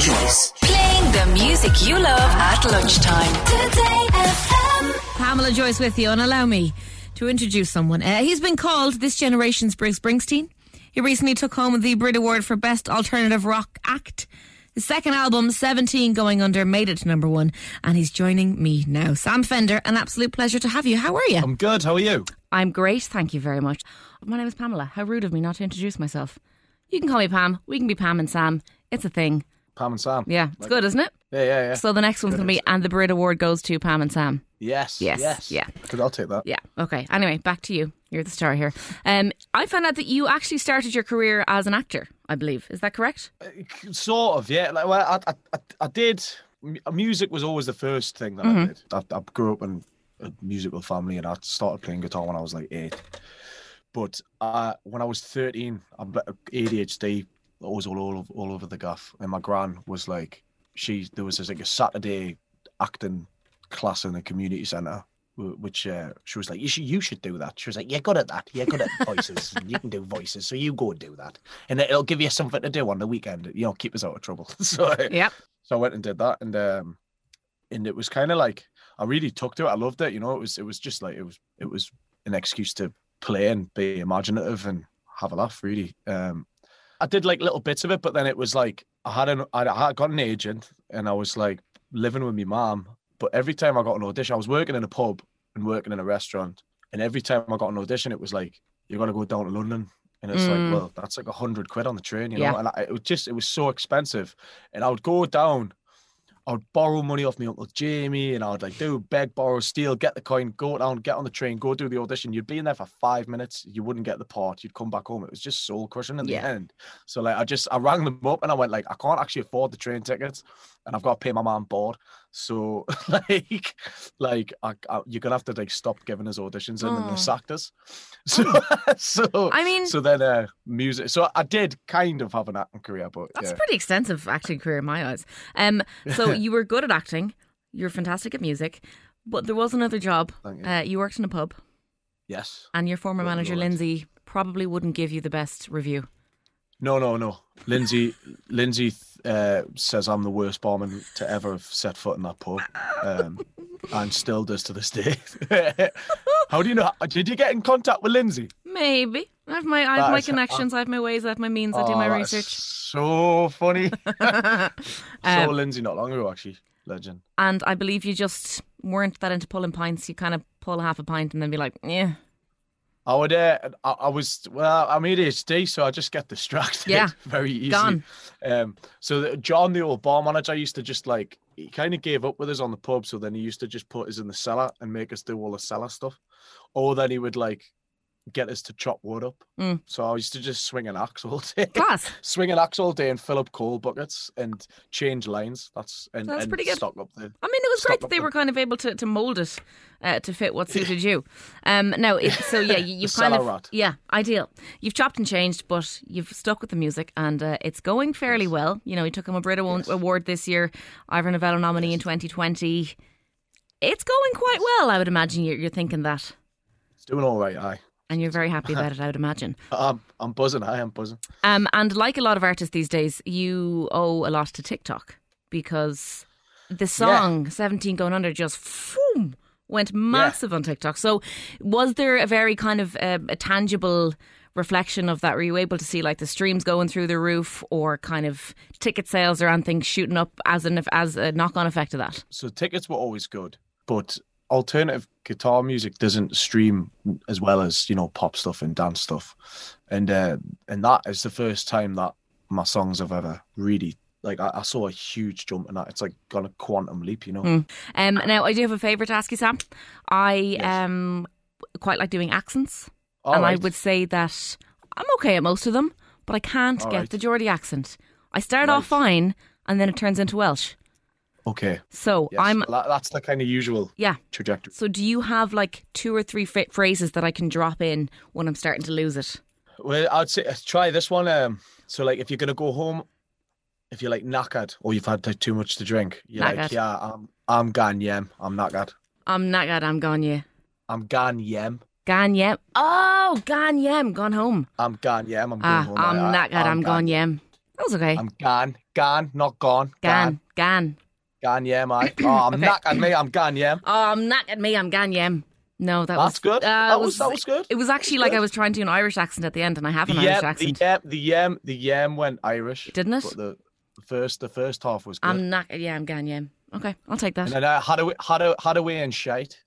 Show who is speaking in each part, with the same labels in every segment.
Speaker 1: choice.
Speaker 2: Playing the music you love at lunchtime. Today FM.
Speaker 3: Pamela Joyce with you, and allow me to introduce someone. Uh, he's been called this generation's Bruce Springsteen. He recently took home the Brit Award for Best Alternative Rock Act. His second album, 17 Going Under, made it to number one, and he's joining me now. Sam Fender, an absolute pleasure to have you. How are you?
Speaker 4: I'm good. How are you?
Speaker 3: I'm great, thank you very much. My name is Pamela. How rude of me not to introduce myself. You can call me Pam. We can be Pam and Sam. It's a thing.
Speaker 4: Pam and Sam.
Speaker 3: Yeah, it's good, isn't it?
Speaker 4: Yeah, yeah, yeah.
Speaker 3: So the next one's going to be, and the Brit Award goes to Pam and Sam.
Speaker 4: yes.
Speaker 3: Yes,
Speaker 4: Yes.
Speaker 3: yeah.
Speaker 4: Good. I'll take that.
Speaker 3: Yeah. Okay. Anyway, back to you. You're the star here. Um, I found out that you actually started your career as an actor. I believe is that correct?
Speaker 4: Oh, Sort of. Yeah. Like, well, I, I, I, I did. mu- Music was always the first thing that I did. I, I grew up in a musical family, and I started playing guitar when I was like eight. But uh, when I was thirteen, I'm like, ADHD. I was all all, over- all over the gaff, and my gran was like, she there was this, like a Saturday acting class in the community centre. wh- Which uh, she was like, you should you should do that. She was like, you're good at that. You're good at voices. and you can do voices, so you go and do that, and it'll give you something to do on the weekend. You know, keep us out of trouble. so
Speaker 3: Yep.
Speaker 4: so I went and did that, and um, and it was kind of like I really took to it. I loved it. You know, it was it was just like it was it was an excuse to play and be imaginative and have a laugh. Really, um, I did like little bits of it, but then it was like I had an I had got an agent, and I was like living with my mom. But every time I got an audition, I was working in a pub and working in a restaurant, and every time I got an audition, it was like you're gonna go down to London. And it's
Speaker 3: Mm.
Speaker 4: like, well, that's like a hundred quid on the train, you know.
Speaker 3: Yeah.
Speaker 4: And I, it was just, it was so expensive and I would go down. I would borrow money off my uncle Jamie, and I would like do beg, borrow, steal, get the coin, go down, get on the train, go do the audition. You'd be in there for five minutes, you wouldn't get the part, you'd come back home. It was just soul crushing in
Speaker 3: Yeah.
Speaker 4: the end. So like, I just I rang them up and I went like, I can't actually afford the train tickets, and I've got to pay my man board. So like, like I, I, you're gonna have to like stop giving us auditions, and then
Speaker 3: Oh.
Speaker 4: they sacked us. So so
Speaker 3: I mean,
Speaker 4: so then uh, music. So I did kind of have an acting career, but
Speaker 3: that's
Speaker 4: yeah.
Speaker 3: a pretty extensive acting career in my eyes. Um, so you were good at acting. You were fantastic at music, but there was another job.
Speaker 4: Thank you.
Speaker 3: Uh, you worked in a pub,
Speaker 4: yes.
Speaker 3: and your former
Speaker 4: Good
Speaker 3: manager
Speaker 4: Lord.
Speaker 3: Lindsay probably wouldn't give you the best review.
Speaker 4: No, no, no. Lindsay, Lindsay uh, says I'm the worst barman to ever have set foot in that pub, um, and still does to this day. How do you know? Did you get in contact with Lindsay?
Speaker 3: Maybe I have my I have
Speaker 4: That
Speaker 3: my
Speaker 4: is-
Speaker 3: connections, I have my ways, I have my means, I do my
Speaker 4: Oh, that's
Speaker 3: research.
Speaker 4: So funny.
Speaker 3: Um,
Speaker 4: Saw Lindsay not long ago, actually. Legend.
Speaker 3: And I believe you just weren't that into pulling pints. You kind of pull half a pint and then be like, yeah,
Speaker 4: I would. Uh, I, I was. Well, I'm ADHD, so I just get distracted.
Speaker 3: Yeah.
Speaker 4: very easily.
Speaker 3: Gone.
Speaker 4: Um. So the, John, the old bar manager, used to just like he kind of gave up with us on the pub. So then he used to just put us in the cellar and make us do all the cellar stuff, or then he would like get us to chop wood up.
Speaker 3: Mm.
Speaker 4: So I used to just swing an axe all day,
Speaker 3: class.
Speaker 4: swing an axe all day, and fill up coal buckets and change lines. That's and,
Speaker 3: That's
Speaker 4: and
Speaker 3: pretty good.
Speaker 4: stock up the
Speaker 3: I mean, it was
Speaker 4: Stop
Speaker 3: great that they
Speaker 4: them.
Speaker 3: were kind of able to, to mold it uh, to fit what suited you. Um, now, it, so yeah, you, you've kind of
Speaker 4: salad rat.
Speaker 3: yeah, ideal. You've chopped and changed, but you've stuck with the music, and uh, it's going fairly well. You know, you took him a Brit Awa- Award this year, Ivor Novello nominee in 2020. It's going quite well, I would imagine. You're, you're thinking that,
Speaker 4: It's doing all right. Aye.
Speaker 3: and you're very happy about it, I would imagine.
Speaker 4: I'm I'm buzzing. I am buzzing.
Speaker 3: Um, and like a lot of artists these days, you owe a lot to TikTok because the song 17 Going Under just boom, went massive on TikTok. So, was there a very kind of um, a tangible reflection of that? Were you able to see like the streams going through the roof or kind of ticket sales or anything shooting up as, an, as a knock on effect of that?
Speaker 4: so tickets were always good, but alternative guitar music doesn't stream as well as you know pop stuff and dance stuff, and uh, and that is the first time that my songs have ever really like I, I saw a huge jump in that. It's like gone a quantum leap, you know.
Speaker 3: Um, now, I do have a favour to ask you, Sam. I
Speaker 4: Yes.
Speaker 3: um, quite like doing accents.
Speaker 4: All
Speaker 3: and I
Speaker 4: right.
Speaker 3: would say that I'm okay at most of them, but I can't
Speaker 4: All
Speaker 3: get
Speaker 4: right.
Speaker 3: the Geordie accent. I start off
Speaker 4: Right.
Speaker 3: fine, and then it turns into Welsh.
Speaker 4: okay.
Speaker 3: So
Speaker 4: Yes.
Speaker 3: I'm
Speaker 4: That- that's the kind of usual
Speaker 3: yeah.
Speaker 4: trajectory.
Speaker 3: So do you have like two or three fa- phrases that I can drop in when I'm starting to lose it?
Speaker 4: Well, I'd say uh, try this one. Um, so like if you're gonna go home, if you're like knackered or you've had like, too much to drink, you're
Speaker 3: Knackered.
Speaker 4: like, yeah, I'm I'm gan yem, I'm knackered,
Speaker 3: I'm knackered. I'm gone. Yeah,
Speaker 4: I'm gan yem.
Speaker 3: gone. Yeah. Oh, gone. Yeah. I'm gone home.
Speaker 4: I'm gone. Yeah, I'm, I'm going
Speaker 3: Ah,
Speaker 4: home.
Speaker 3: I'm
Speaker 4: I- I-
Speaker 3: knackered. I'm gone. Yeah. That was okay.
Speaker 4: I'm gan, gan, not gone.
Speaker 3: Gan, Gan.
Speaker 4: Gan, yeah, mate. Oh, I'm
Speaker 3: Okay.
Speaker 4: knackered, mate. I'm gan, yeah.
Speaker 3: Oh, I'm not at me. I'm Gan Yem. No, that
Speaker 4: That's
Speaker 3: was
Speaker 4: good.
Speaker 3: uh,
Speaker 4: that
Speaker 3: it
Speaker 4: was, that was good.
Speaker 3: It was actually like I was trying to do an Irish accent at the end, and I have an
Speaker 4: The
Speaker 3: Irish
Speaker 4: yam, the
Speaker 3: accent.
Speaker 4: yam, the yam, the yam went Irish.
Speaker 3: Didn't it?
Speaker 4: But the, the first, the first half was good.
Speaker 3: I'm not. Yeah, I'm Gan Yem. Okay, I'll take
Speaker 4: and
Speaker 3: that.
Speaker 4: then uh, Hadaway, Hadaway, Hadaway and shite.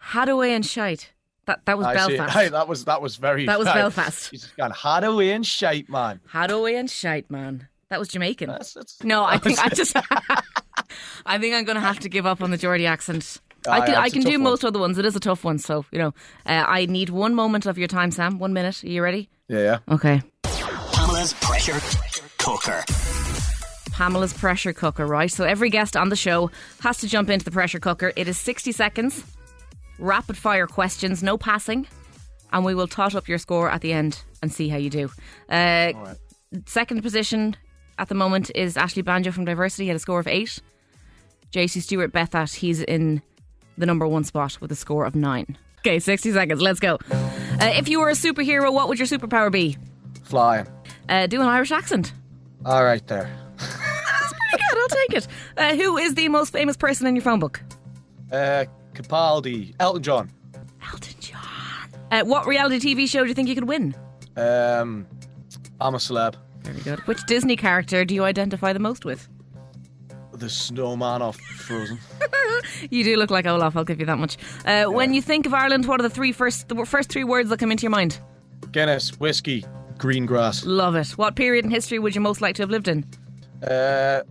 Speaker 3: Hadaway and shite. That that was
Speaker 4: I see.
Speaker 3: Belfast.
Speaker 4: Hey, that was that was very.
Speaker 3: That was
Speaker 4: nice.
Speaker 3: Belfast.
Speaker 4: He's just gone Hadaway and shite, man.
Speaker 3: Hadaway and shite, man. That was Jamaican.
Speaker 4: That's, that's,
Speaker 3: No, I
Speaker 4: that was-
Speaker 3: think I just. I think I'm going to have to give up on the Geordie accent.
Speaker 4: Aye,
Speaker 3: I can
Speaker 4: aye,
Speaker 3: I
Speaker 4: Ah, it's a
Speaker 3: can
Speaker 4: tough
Speaker 3: do
Speaker 4: one.
Speaker 3: most other ones. It is a tough one, so you know. Uh, I need one moment of your time, Sam. One minute. Are you ready?
Speaker 4: Yeah, yeah.
Speaker 3: Okay.
Speaker 1: Pamela's pressure cooker.
Speaker 3: Pamela's pressure cooker, right? So every guest on the show has to jump into the pressure cooker. It is 60 seconds, rapid fire questions, no passing, and we will tot up your score at the end and see how you do. Uh,
Speaker 4: All right.
Speaker 3: Second position at the moment is Ashley Banjo from Diversity, he had a score of eight. JC Stewart Bethat, he's in the number one spot with a score of nine. Okay, 60 seconds, let's go. Uh, if you were a superhero, what would your superpower be?
Speaker 4: Flying.
Speaker 3: Uh, do an Irish accent.
Speaker 4: All right, there.
Speaker 3: Pretty good, I'll take it. Uh, who is the most famous person in your phone book?
Speaker 4: Uh, Capaldi, Elton John.
Speaker 3: Elton John. Uh, what reality TV show do you think you could win?
Speaker 4: Um, I'm a celeb.
Speaker 3: Very good. Which Disney character do you identify the most with?
Speaker 4: The snowman off Frozen.
Speaker 3: You do look like Olaf, I'll give you that much. Uh, When you think of Ireland, what are the three first the first three words that come into your mind?
Speaker 4: Guinness, whiskey, green grass.
Speaker 3: Love it. What period in history would you most like to have lived in?
Speaker 4: Uh,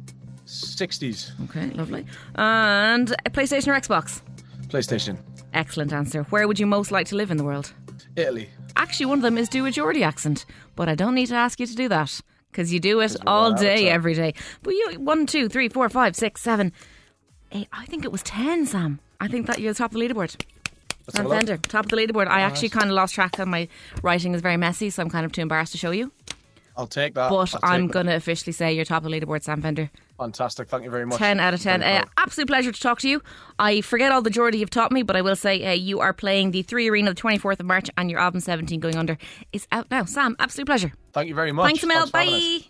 Speaker 4: 60s,
Speaker 3: Okay, lovely. And a PlayStation or Xbox?
Speaker 4: PlayStation,
Speaker 3: Excellent answer. Where would you most like to live in the world?
Speaker 4: Italy.
Speaker 3: Actually, one of them is do a Geordie accent, but I don't need to ask you to do that because you do it all day, every day. But you one, two, three, four, five, six, seven, eight. I think it was ten, Sam. I think that you're top of the leaderboard.
Speaker 4: Let's
Speaker 3: Sam
Speaker 4: have a look.
Speaker 3: Fender, top of the leaderboard. I actually kind of lost track and my writing is very messy, so I'm kind of too embarrassed to show you.
Speaker 4: I'll take that.
Speaker 3: But
Speaker 4: I'll take
Speaker 3: I'm
Speaker 4: that.
Speaker 3: going to officially say you're top of the leaderboard, Sam Fender.
Speaker 4: Fantastic. Thank you very much.
Speaker 3: 10 out of 10.
Speaker 4: Very
Speaker 3: Uh,
Speaker 4: proud.
Speaker 3: absolute pleasure to talk to you. I forget all the Geordie you've taught me, but I will say uh, you are playing the Three Arena the 24th of March, and your album 17 Going Under is out now. Sam, absolute pleasure.
Speaker 4: Thank you very much.
Speaker 3: Thanks, Mel.
Speaker 4: for having us.
Speaker 3: Bye.